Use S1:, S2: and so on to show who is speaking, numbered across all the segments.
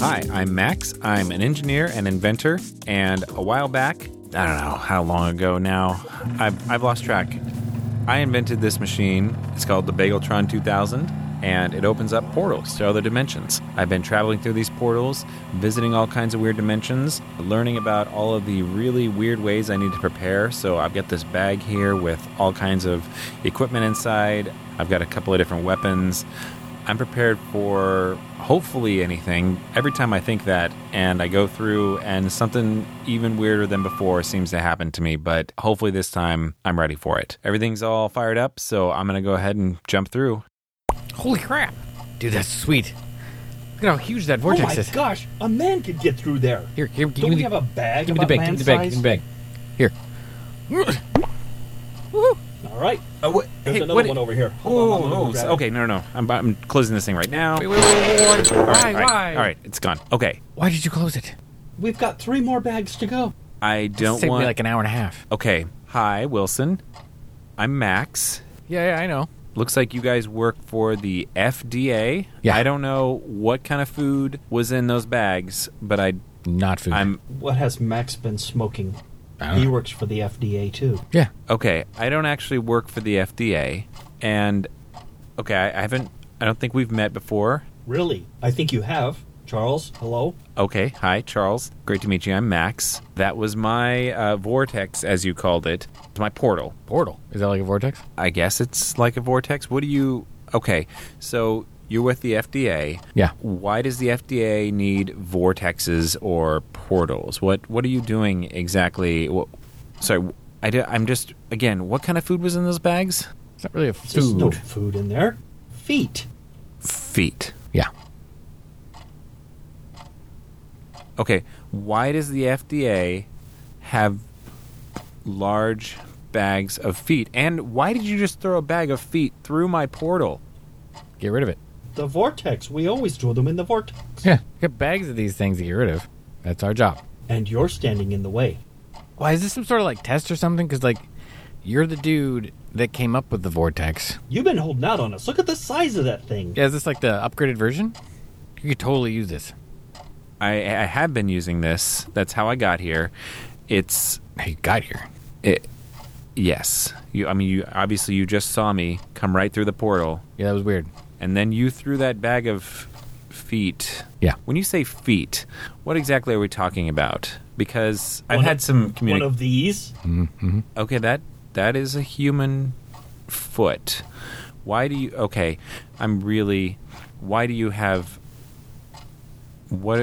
S1: Hi, I'm Max. I'm an engineer and inventor. And a while back, I don't know how long ago now, I've, I've lost track. I invented this machine. It's called the Bageltron 2000, and it opens up portals to other dimensions. I've been traveling through these portals, visiting all kinds of weird dimensions, learning about all of the really weird ways I need to prepare. So I've got this bag here with all kinds of equipment inside. I've got a couple of different weapons. I'm prepared for hopefully anything every time I think that and I go through and something even weirder than before seems to happen to me but hopefully this time I'm ready for it. Everything's all fired up so I'm going to go ahead and jump through.
S2: Holy crap! Dude, that's sweet. Look at how huge that
S3: Oh
S2: vortex
S3: my
S2: is.
S3: gosh, a man could get through there.
S2: Here, here, give
S3: Don't
S2: me
S3: we
S2: the,
S3: have a bag
S2: give me the
S3: about
S2: bag, give
S3: man
S2: me the bag, give me
S3: size?
S2: the bag. Here.
S3: All right.
S1: Oh, what,
S3: There's another
S1: what-
S3: one over here. Hold on, I'm gonna
S1: Oh,
S3: go grab it.
S1: okay, no, no, no. I'm, I'm closing this thing right now.
S2: Wait, wait, wait, wait, wait. Why,
S1: All right, all right,
S2: why?
S1: all right, it's gone. Okay,
S2: Why did you close it?
S3: We've got three more bags to go.
S1: I
S2: It's
S1: don't
S2: taken
S1: want.
S2: me like an hour and a half.
S1: okay, hi Wilson. I'm Max.
S2: Yeah, yeah, I know.
S1: Looks like you guys work for the FDA.
S2: Yeah.
S1: I don't know what kind of food was in those bags, but I
S2: Not food.
S1: I'm
S3: What has Max been smoking?
S2: I don't
S3: He
S2: know.
S3: works for the FDA too.
S2: Yeah.
S1: okay. I don't actually work for the FDA, and okay, I, I haven't. I don't think we've met before.
S3: Really? I think you have. Charles, hello?
S1: Okay, hi Charles. Great to meet you. I'm Max. That was my uh, vortex, as you called it. It's my portal.
S2: Portal. Is that like a vortex?
S1: I guess it's like a vortex. What do you? Okay, so you're with the FDA.
S2: Yeah.
S1: Why does the FDA need vortexes or portals? What What are you doing exactly? What, sorry, I do, I'm just again. What kind of food was in those bags?
S2: It's not really a
S3: There's
S2: food.
S3: no food in there. Feet.
S1: Feet.
S2: Yeah.
S1: Okay, why does the FDA have large bags of feet? And why did you just throw a bag of feet through my portal?
S2: Get rid of it.
S3: The vortex. We always throw them in the vortex.
S2: Yeah. Get bags of these things to get rid of. That's our job.
S3: And you're standing in the way.
S2: Why is this some sort of like test or something? Because like, you're the dude that came up with the vortex.
S3: You've been holding out on us. Look at the size of that thing.
S2: Yeah, is this like the upgraded version? You could totally use this.
S1: I, I have been using this. That's how I got here. It's
S2: How you got here?
S1: It, yes. You. I mean, you obviously you just saw me come right through the portal,
S2: Yeah, that was weird.
S1: and then you threw that bag of feet.
S2: Yeah.
S1: When you say feet, what exactly are we talking about? Because I've
S3: One
S1: had
S3: of-
S1: some
S3: One
S1: communication.
S3: of these.
S1: okay, that that is a human foot. Why do you? Okay, I'm really. Why do you have? What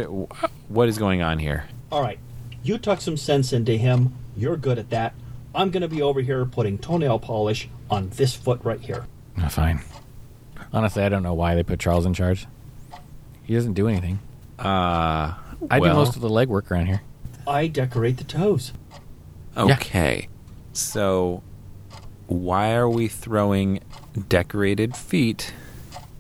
S1: what is going on here?
S3: All right. You tuck some sense into him. You're good at that. I'm going to be over here putting toenail polish on this foot right here.
S2: Oh, fine. Honestly, I don't know why they put Charles in charge. He doesn't do anything.
S1: Uh,
S2: I do
S1: well-
S2: most of the legwork around here.
S3: I decorate the toes.
S1: Okay. So why are we throwing decorated feet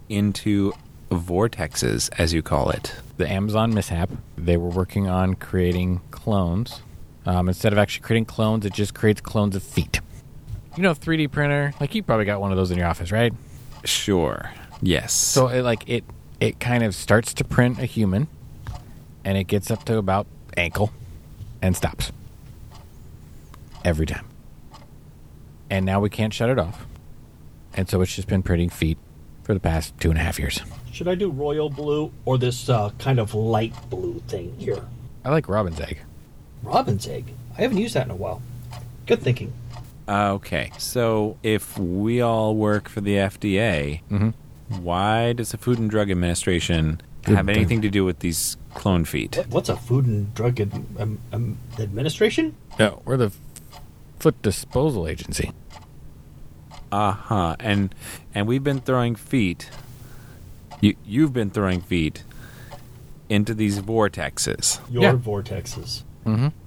S1: into vortexes as you call it?
S2: The Amazon mishap. They were working on creating clones. Um, instead of actually creating clones, it just creates clones of feet. You know, 3D printer. Like you probably got one of those in your office, right?
S1: Sure. Yes.
S2: So it like it it kind of starts to print a human, and it gets up to about ankle, and stops. Every time. And now we can't shut it off, and so it's just been printing feet for the past two and a half years.
S3: Should I do royal blue or this uh, kind of light blue thing here?
S2: I like robin's egg.
S3: Robin's egg. I haven't used that in a while. Good thinking.
S1: okay. So if we all work for the FDA, why does the Food and Drug Administration
S2: Mm-hmm. Good
S1: have
S2: thing.
S1: anything to do with these clone feet?
S3: What- What's a Food and Drug ad- um, um, Administration?
S2: No, we're the foot disposal agency.
S1: Uh-huh. And and we've been throwing feet. You you've been throwing feet into these vortexes.
S3: Your
S2: Yeah.
S3: vortexes.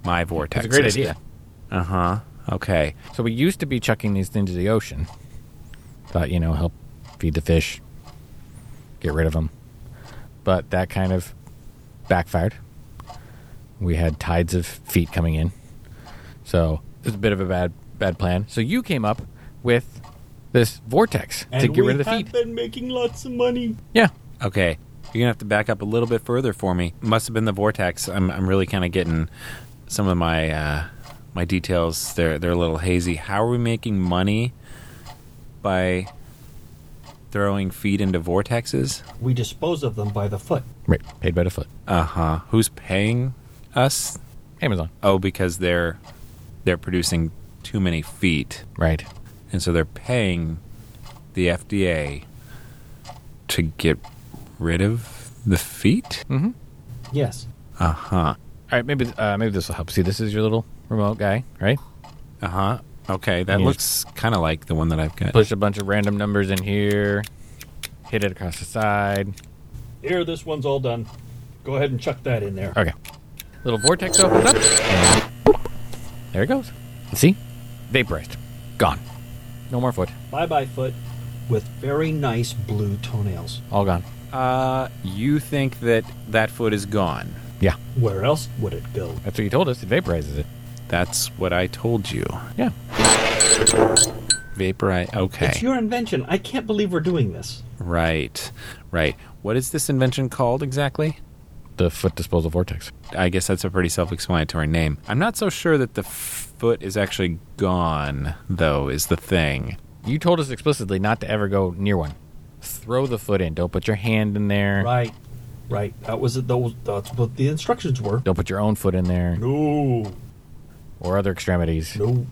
S1: My vortex.
S2: That's a great idea.
S1: Uh huh. Okay.
S2: So we used to be chucking these into the ocean. Thought, you know, help feed the fish, get rid of them. But that kind of backfired. We had tides of feet coming in. So it was a bit of a bad bad plan. So you came up with this vortex
S3: And
S2: to get
S3: we
S2: rid of the
S3: have
S2: feet.
S3: been making lots of money.
S2: Yeah.
S1: Okay. You're gonna have to back up a little bit further for me. Must have been the vortex. I'm, I'm really kind of getting some of my uh, my details. They're they're a little hazy. How are we making money by throwing feet into vortexes?
S3: We dispose of them by the foot.
S2: Right. Paid by the foot.
S1: Uh huh. Who's paying us?
S2: Amazon.
S1: Oh, because they're they're producing too many feet,
S2: Right.
S1: and so they're paying the FDA to get rid of the feet.
S3: Yes.
S1: Uh huh.
S2: All right. Maybe uh, maybe this will help. See, this is your little remote guy, right?
S1: Uh huh. Okay, that
S2: Yeah.
S1: looks kind of like the one that I've got.
S2: Push a bunch of random numbers in here. Hit it across the side.
S3: Here, this one's all done. Go ahead and chuck that in there.
S2: Okay. Little vortex opens up. And there it goes. See? Vaporized. Gone. No more foot.
S3: Bye bye, foot, with very nice blue toenails.
S2: All gone.
S1: Uh, you think that that foot is gone?
S2: Yeah.
S3: Where else would it go?
S2: That's what you told us. It vaporizes it.
S1: That's what I told you.
S2: Yeah.
S1: Vaporize. Okay.
S3: It's your invention. I can't believe we're doing this.
S1: right. Right. What is this invention called exactly?
S2: The foot disposal vortex.
S1: I guess that's a pretty self-explanatory name. I'm not so sure that the foot is actually gone, though. Is the thing?
S2: You told us explicitly not to ever go near one. Throw the foot in. Don't put your hand in there.
S3: Right. Right. That was those. That's what the instructions were.
S2: Don't put your own foot in there
S3: No.
S2: or other extremities.
S3: No.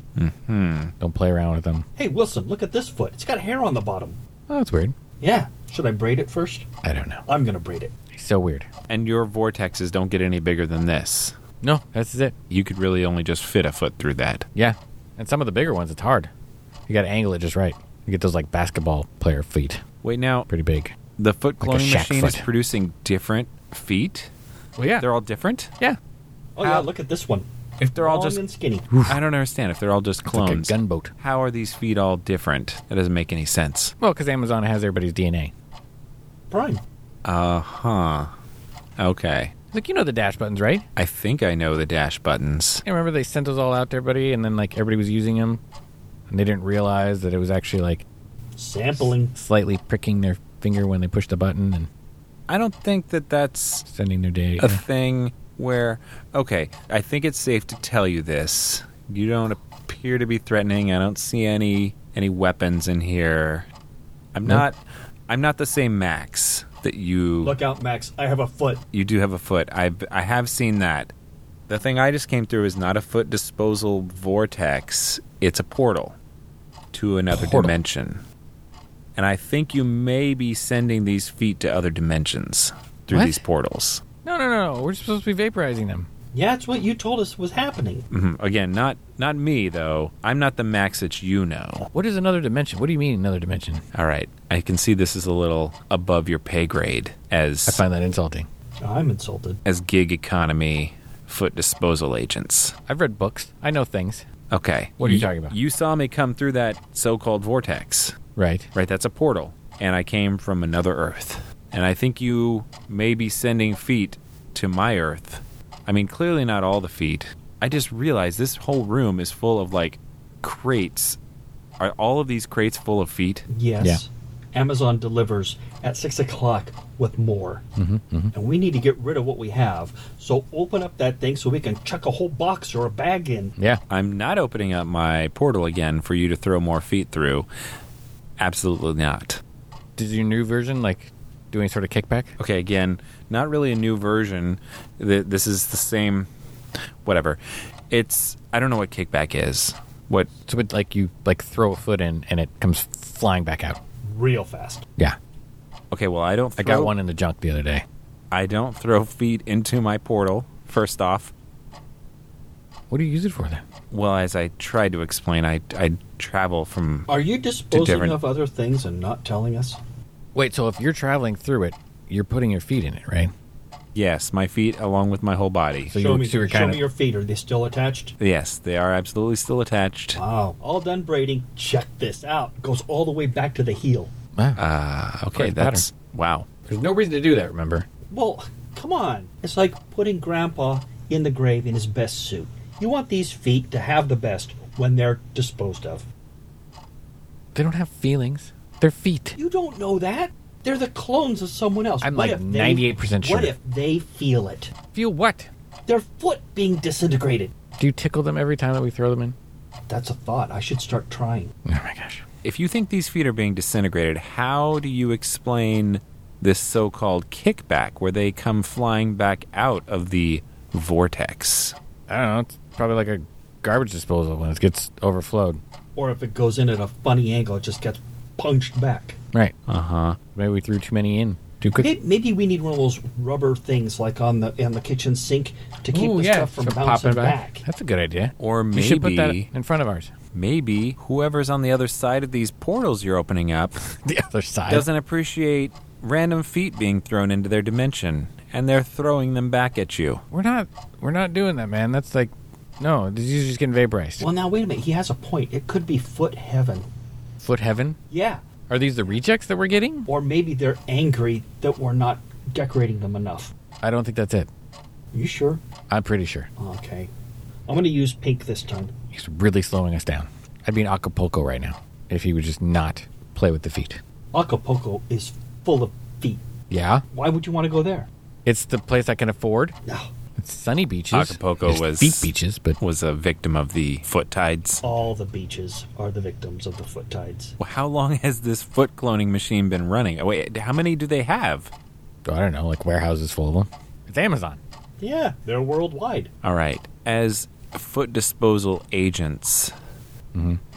S2: Don't play around with them.
S3: Hey, Wilson, look at this foot. It's got hair on the bottom.
S2: Oh, that's weird.
S3: Yeah. Should I braid it first?
S2: I don't know.
S3: I'm going to braid it.
S2: It's so weird.
S1: And your vortexes don't get any bigger than this.
S2: No, that's it.
S1: You could really only just fit a foot through that.
S2: Yeah. And some of the bigger ones, it's hard. You got to angle it just right. You get those like basketball player feet.
S1: Wait, now
S2: Pretty big.
S1: the foot
S2: Like a
S1: cloning
S2: shack
S1: machine is
S2: foot.
S1: producing different feet.
S2: Well, yeah.
S1: They're all different.
S2: yeah.
S3: Oh, yeah.
S1: How-
S3: Look at this one.
S1: If they're all
S3: Long
S1: just
S3: and skinny.
S1: I don't understand if they're all just
S2: Like a
S1: clones.
S2: gunboat.
S1: How are these feet all different? That doesn't make any sense.
S2: Well, because Amazon has everybody's DNA.
S3: Prime.
S1: Uh huh. Okay.
S2: Like, you know the dash buttons, right?
S1: I think I know the dash buttons.
S2: I remember they sent those all out to everybody, and then like everybody was using them, and they didn't realize that it was actually like
S3: Sampling.
S2: slightly pricking their finger when they pushed the button and
S1: I don't think that that's
S2: sending their data.
S1: a thing where. Okay, I think it's safe to tell you this. You don't appear to be threatening. I don't see any any weapons in here. I'm
S2: Nope.
S1: not. I'm not the same Max that you.
S3: Look out, Max. I have a foot.
S1: you do have a foot. I I have seen that. The thing I just came through is not a foot disposal vortex. It's a portal to another
S2: Portal.
S1: dimension. And I think you may be sending these feet to other dimensions through
S2: What?
S1: these portals.
S2: no, no, no, no. We're supposed to be vaporizing them.
S3: Yeah, it's what you told us was happening.
S1: hmm Again, not not me though. I'm not the max that you know.
S2: What is another dimension? What do you mean another dimension?
S1: All right, I can see this is a little above your pay grade
S2: I
S1: as
S2: find that insulting.
S1: Hmm.
S3: I'm insulted.
S1: as gig economy foot disposal agents.
S2: I've read books. I know things.
S1: Okay.
S2: What are you
S1: Y-
S2: talking about?
S1: You saw me come through that so called vortex,
S2: Right.
S1: right? That's a portal. And I came from another Earth. And I think you may be sending feet to my Earth. I mean, clearly not all the feet. I just realized this whole room is full of like crates. Are all of these crates full of feet?
S3: Yes. Amazon delivers at 6 o'clock with more.
S2: Mm-hmm,
S3: And we need to get rid of what we have. So open up that thing so we can chuck a whole box or a bag in.
S2: Yeah.
S1: I'm not opening up my portal again for you to throw more feet through. Absolutely not.
S2: Does your new version like doing sort of kickback?
S1: okay again not really a new version Th- this is the same whatever it's i don't know what kickback is what
S2: So it like you like throw a foot in and it comes flying back out.
S3: Real fast.
S2: Yeah.
S1: okay well i don't throw,
S2: I got one in the junk the other day.
S1: i don't throw feet into my portal first off
S2: What do you use it for then?
S1: well as i tried to explain i i travel from
S3: Are you disposing
S1: different-
S3: of other things and not telling us?
S2: Wait, so if you're traveling through it, you're putting your feet in it, right?
S1: yes my feet along with my whole body
S2: So
S3: show
S2: you-
S3: me,
S2: so you're
S3: show
S2: kinda-
S3: me your feet. Are they still attached?
S1: yes they are absolutely still attached
S3: Wow. All done braiding. Check this out. Goes all the way back to the heel.
S2: Wow.
S1: uh, okay
S2: Great
S1: that's wow
S2: There's no reason to do that, remember?
S3: Well, come on. It's like putting Grandpa in the grave in his best suit. You want these feet to have the best when they're disposed of.
S2: They don't have feelings. They're feet.
S3: You don't know that. They're the clones of someone else.
S2: I'm
S3: What
S2: like
S3: if they-
S2: 98%
S3: What
S2: sure.
S3: if they feel it?
S2: Feel what?
S3: Their foot being disintegrated.
S2: Do you tickle them every time that we throw them in?
S3: That's a thought. I should start trying.
S2: Oh my gosh.
S1: If you think these feet are being disintegrated, how do you explain this so called kickback where they come flying back out of the vortex?
S2: I don't know. It's probably like a garbage disposal when it gets overflowed.
S3: Or if it goes in at a funny angle, it just gets punched back.
S2: Right.
S1: Uh huh.
S3: Uh-huh.
S2: Maybe we threw too many in too quick.
S3: May- Maybe we need one of those rubber things, like on the on the kitchen sink, to keep
S2: Ooh,
S3: the
S2: yeah,
S3: stuff from
S2: so
S3: bouncing
S2: popping
S3: back.
S2: That's a good idea.
S1: Or
S2: You should put that
S1: maybe,
S2: in front of ours.
S1: maybe whoever's on the other side of these portals you're opening up
S2: The other side.
S1: doesn't appreciate random feet being thrown into their dimension and they're throwing them back at you.
S2: We're not. We're not doing that, man. That's like, no. This is just getting vaporized.
S3: Well, now wait a minute. He has a point. It could be foot heaven.
S2: Foot heaven.
S3: Yeah,
S2: Are these the rejects that we're getting?
S3: or maybe they're angry that we're not decorating them enough.
S2: I don't think that's it.
S3: You sure?
S2: I'm pretty sure
S3: Okay. I'm going to use pink this time.
S2: he's really slowing us down. I'd be in Acapulco right now if he would just not play with the feet.
S3: Acapulco is full of feet.
S2: Yeah,
S3: Why would you want to go there?
S2: it's the place I can afford.
S3: No.
S2: It's sunny beaches.
S1: Acapulco
S2: There's
S1: was-
S2: feet beaches, but
S1: Was a victim of the foot tides.
S3: All the beaches are the victims of the foot tides.
S1: Well, How long has this foot cloning machine been running? Wait, how many do they have?
S2: I don't know, like warehouses full of them. It's Amazon.
S3: Yeah, they're worldwide.
S1: All right. As foot disposal agents,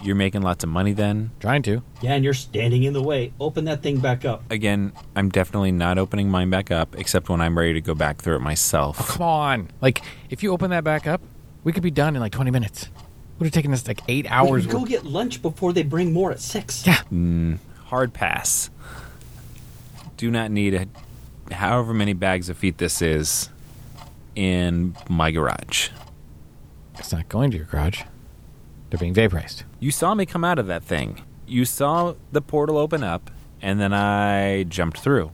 S1: you're making lots of money then.
S2: Trying to.
S3: Yeah, and you're standing in the way. Open that thing back up.
S1: Again, I'm definitely not opening mine back up except when I'm ready to go back through it myself.
S2: Come on. Like, if you open that back up, we could be done in like 20 minutes. Would have taken us like eight
S3: We
S2: hours.
S3: can go
S2: worth-
S3: get lunch before they bring more at six.
S2: Yeah.
S1: Hard pass. Do not need a, however many bags of feet this is in my garage.
S2: It's not going to your garage. They're being vaporized.
S1: You saw me come out of that thing. You saw the portal open up, and then I jumped through.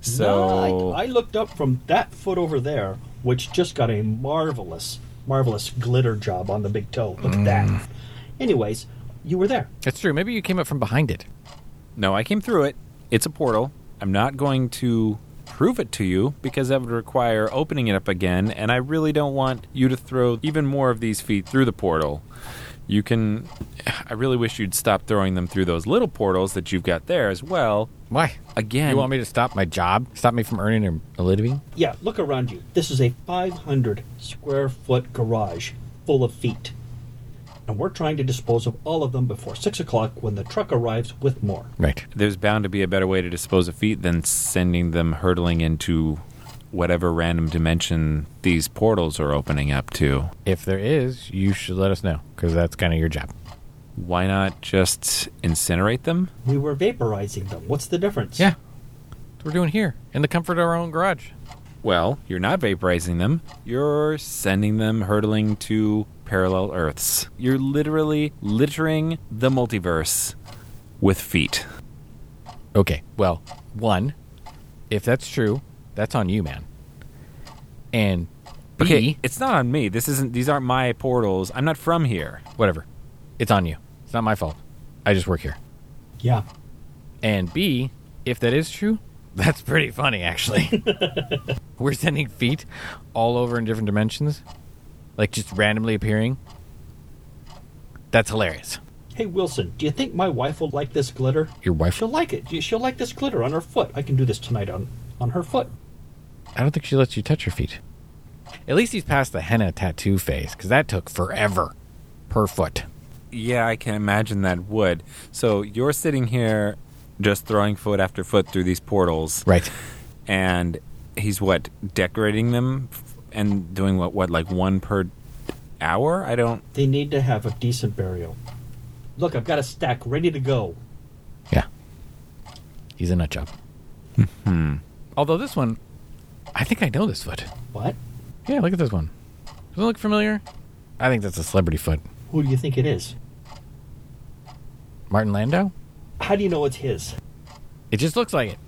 S1: So
S3: No, I, I looked up from that foot over there, which just got a marvelous, marvelous glitter job on the big toe. Look at
S2: Mm.
S3: that. Anyways, you were there.
S2: That's true. Maybe you came up from behind it.
S1: No, I came through it. It's a portal. I'm not going to prove it to you because that would require opening it up again, and I really don't want you to throw even more of these feet through the portal. You can. I really wish you'd stop throwing them through those little portals that you've got there as well.
S2: Why?
S1: Again,
S2: You want me to stop my job? Stop me from earning a living?
S3: Yeah, look around you. This is a 500 square foot garage full of feet. And we're trying to dispose of all of them before 6 o'clock when the truck arrives with more.
S2: Right.
S1: there's bound to be a better way to dispose of feet than sending them hurtling into whatever random dimension these portals are opening up to.
S2: If there is, you should let us know because that's kind of your job.
S1: Why not just incinerate them?
S3: We were vaporizing them. What's the difference?
S2: Yeah. That's what we're doing here in the comfort of our own garage.
S1: Well, you're not vaporizing them. You're sending them hurtling to parallel Earths. You're literally littering the multiverse with feet.
S2: Okay. Well, one, if that's true, that's on you, man. And B,
S1: Okay, it's not on me. This isn't. These aren't my portals. I'm not from here.
S2: whatever. It's on you. It's not my fault. I just work here.
S3: Yeah.
S2: And B, if that is true, that's pretty funny, actually. We're sending feet all over in different dimensions, like just randomly appearing. That's hilarious.
S3: Hey, Wilson, do you think my wife will like this glitter?
S2: Your wife?
S3: She'll like it. She'll like this glitter on her foot. I can do this tonight on, on her foot.
S2: I don't think she lets you touch her feet. At least he's past the henna tattoo phase, because that took forever per foot.
S1: Yeah, I can imagine that would. So you're sitting here, just throwing foot after foot through these portals,
S2: Right.
S1: and he's what decorating them f- and doing what what like one per hour. I don't.
S3: They need to have a decent burial. Look, I've got a stack ready to go.
S2: Yeah. He's a nut job. Mm-hmm. Although this one, I think I know this foot.
S3: What?
S2: Yeah, look at this one. Doesn't it look familiar? I think that's a celebrity foot.
S3: Who do you think it is?
S2: Martin Landau?
S3: How do you know it's his?
S2: It just looks like it.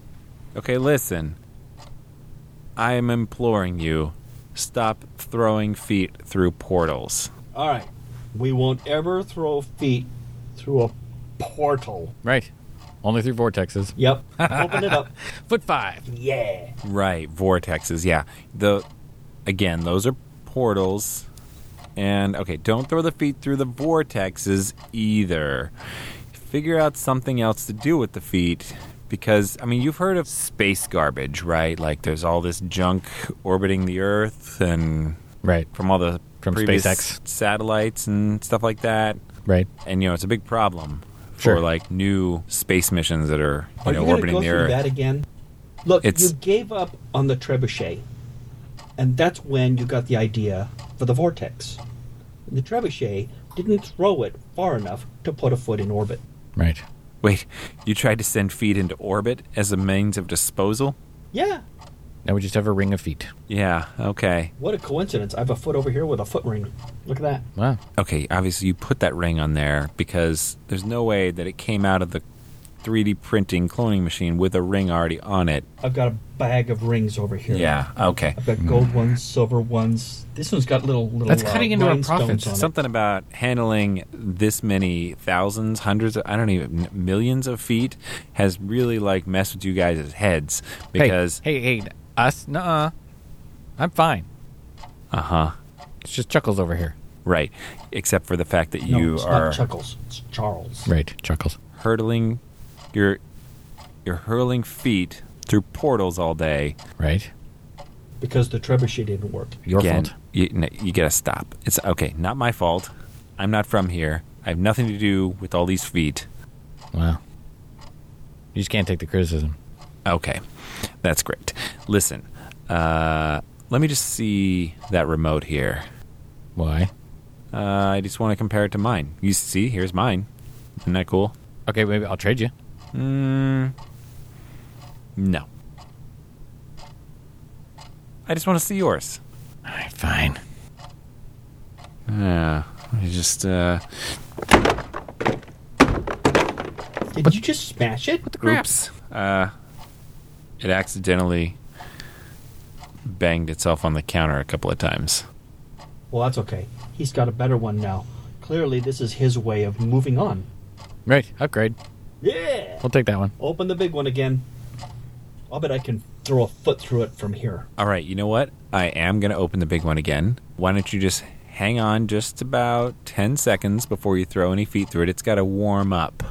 S1: Okay, listen. I am imploring you stop throwing feet through portals.
S3: All right. We won't ever throw feet through a portal.
S2: Right. Only through vortexes.
S3: Yep. Open it up.
S2: Foot five.
S3: Yeah.
S1: Right, vortexes. Yeah. The again, those are portals. And okay, don't throw the feet through the vortexes either. Figure out something else to do with the feet because I mean, you've heard of space garbage, right? Like there's all this junk orbiting the earth and
S2: Right.
S1: from all the
S2: From
S1: previous
S2: SpaceX.
S1: satellites and stuff like that.
S2: Right.
S1: And you know, it's a big problem
S2: Sure.
S1: for like new space missions that are, you
S3: Are
S1: know,
S3: you going to
S1: orbiting
S3: go
S1: the
S3: through
S1: earth.
S3: that again? Look,
S1: It's-
S3: you gave up on the trebuchet, and that's when you got the idea for the vortex. The trebuchet didn't throw it far enough to put a foot in orbit.
S2: Right.
S1: Wait, you tried to send feet into orbit as a means of disposal?
S3: Yeah.
S2: Now we just have a ring of feet.
S1: Yeah, okay.
S3: What a coincidence. I have a foot over here with a foot ring. Look at that.
S2: Wow.
S1: Okay, obviously you put that ring on there because there's no way that it came out of the 3D printing cloning machine with a ring already on it.
S3: I've got a bag of rings over here.
S1: okay.
S3: I've got gold ones, silver ones. This one's got little little.
S2: That's
S3: uh,
S2: cutting into our
S3: rhinestones
S2: profits.
S3: on it.
S1: Something about handling this many thousands, hundreds, of, I don't even, millions of feet has really like messed with you guys' heads because,
S2: hey, hey, hey, us? Nuh-uh. I'm fine.
S1: uh
S2: Uh-huh.
S1: huh,
S2: It's just Chuckles over here.
S1: right. Except for the fact that
S3: No,
S1: you
S3: it's
S1: are.
S3: not Chuckles. It's Charles.
S2: Right. Chuckles.
S1: hurtling your your hurling feet through portals all day.
S2: Right.
S3: Because the trebuchet didn't work.
S2: Your
S1: Again,
S2: fault.
S1: You, no, you gotta stop. It's okay. Not my fault. I'm not from here. I have nothing to do with all these feet.
S2: Wow. You just can't take the criticism.
S1: Okay, that's great. Listen, uh, let me just see that remote here.
S2: Why?
S1: Uh, I just want to compare it to mine. You see, here's mine. Isn't that cool?
S2: Okay, maybe I'll trade you.
S1: Mm, no. I just want to see yours.
S2: All right, fine.
S1: Yeah, I just uh,
S3: Did you just smash it?
S1: oops. Uh, it accidentally banged itself on the counter a couple of times.
S3: Well, that's okay. He's got a better one now. Clearly, this is his way of moving on.
S2: Right, upgrade.
S3: Yeah.
S2: We'll take that one.
S3: Open the big one again. I'll bet I can throw a foot through it from here.
S1: All right, you know what? I am gonna open the big one again. Why don't you just hang on just about ten seconds before you throw any feet through it? It's got to warm up.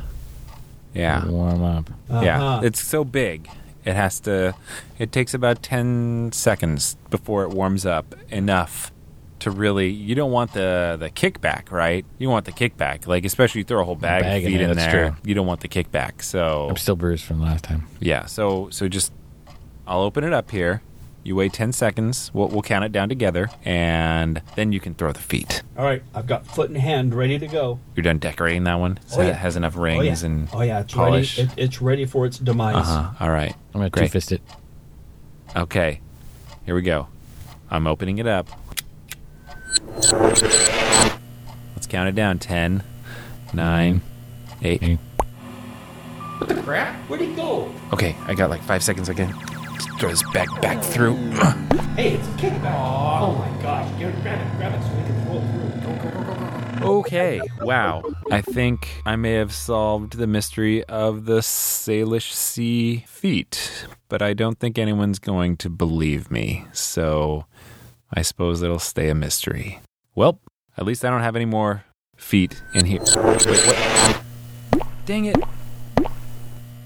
S1: Yeah,
S2: Warm up.
S1: yeah.
S3: Uh-huh.
S1: It's so big. It has to. It takes about ten seconds before it warms up enough to really. You don't want the the kickback, right? You want the kickback, like especially you throw a whole bag,
S2: Bag
S1: of
S2: in
S1: feet
S2: there,
S1: in,
S2: that's
S1: there.
S2: true.
S1: You don't want the kickback. So
S2: I'm still bruised from last time.
S1: yeah. So so just I'll open it up here. You wait ten seconds. We'll, we'll count it down together, and then you can throw the feet.
S3: All right, I've got foot and hand ready to go.
S1: You're done decorating that one. So
S3: Oh, yeah.
S1: it has enough
S3: Oh yeah.
S1: rings and
S3: oh yeah, it's
S1: polish.
S3: ready. It, it's ready for its demise.
S1: uh-huh. All right.
S2: I'm gonna
S1: Great.
S2: two fist it.
S1: Okay, here we go. I'm opening it up. Let's count it down 10, 9, 8.
S2: Eight.
S1: Crap.
S3: Where'd he go?
S1: Okay, I got like five seconds again. Throw this back back through.
S3: Hey, it's a kickback. Oh my gosh! Gary, grab it, grab it, so we can roll through. Go, go, go, go, go.
S1: Okay, wow. I think I may have solved the mystery of the Salish Sea feat, but I don't think anyone's going to believe me, so I suppose it'll stay a mystery. Well, at least I don't have any more feet in here. Wait, what? Dang it!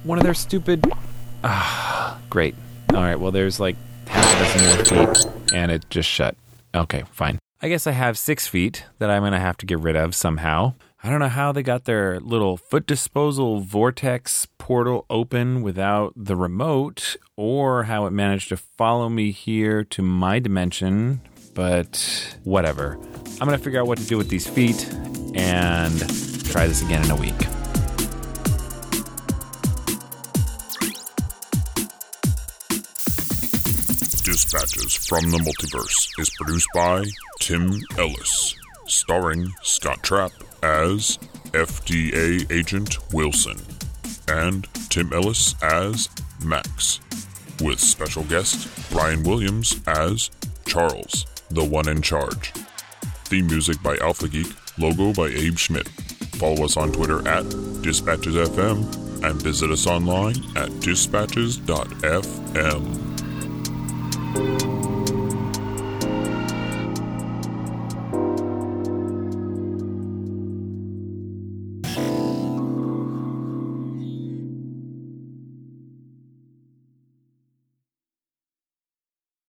S1: One of their stupid. Ah, great. All right, well, there's like half a dozen more feet, and it just shut. Okay, fine. I guess I have six feet that I'm going to have to get rid of somehow. I don't know how they got their little foot disposal vortex portal open without the remote, or how it managed to follow me here to my dimension, but whatever. I'm going to figure out what to do with these feet and try this again in a week.
S4: Dispatches from the Multiverse is produced by Tim Ellis, starring Scott Trapp as FDA Agent Wilson and Tim Ellis as Max, with special guest Brian Williams as Charles, the one in charge. Theme music by Alpha Geek, logo by Abe Schmidt. Follow us on Twitter at DispatchesFM, and visit us online at dispatches.fm.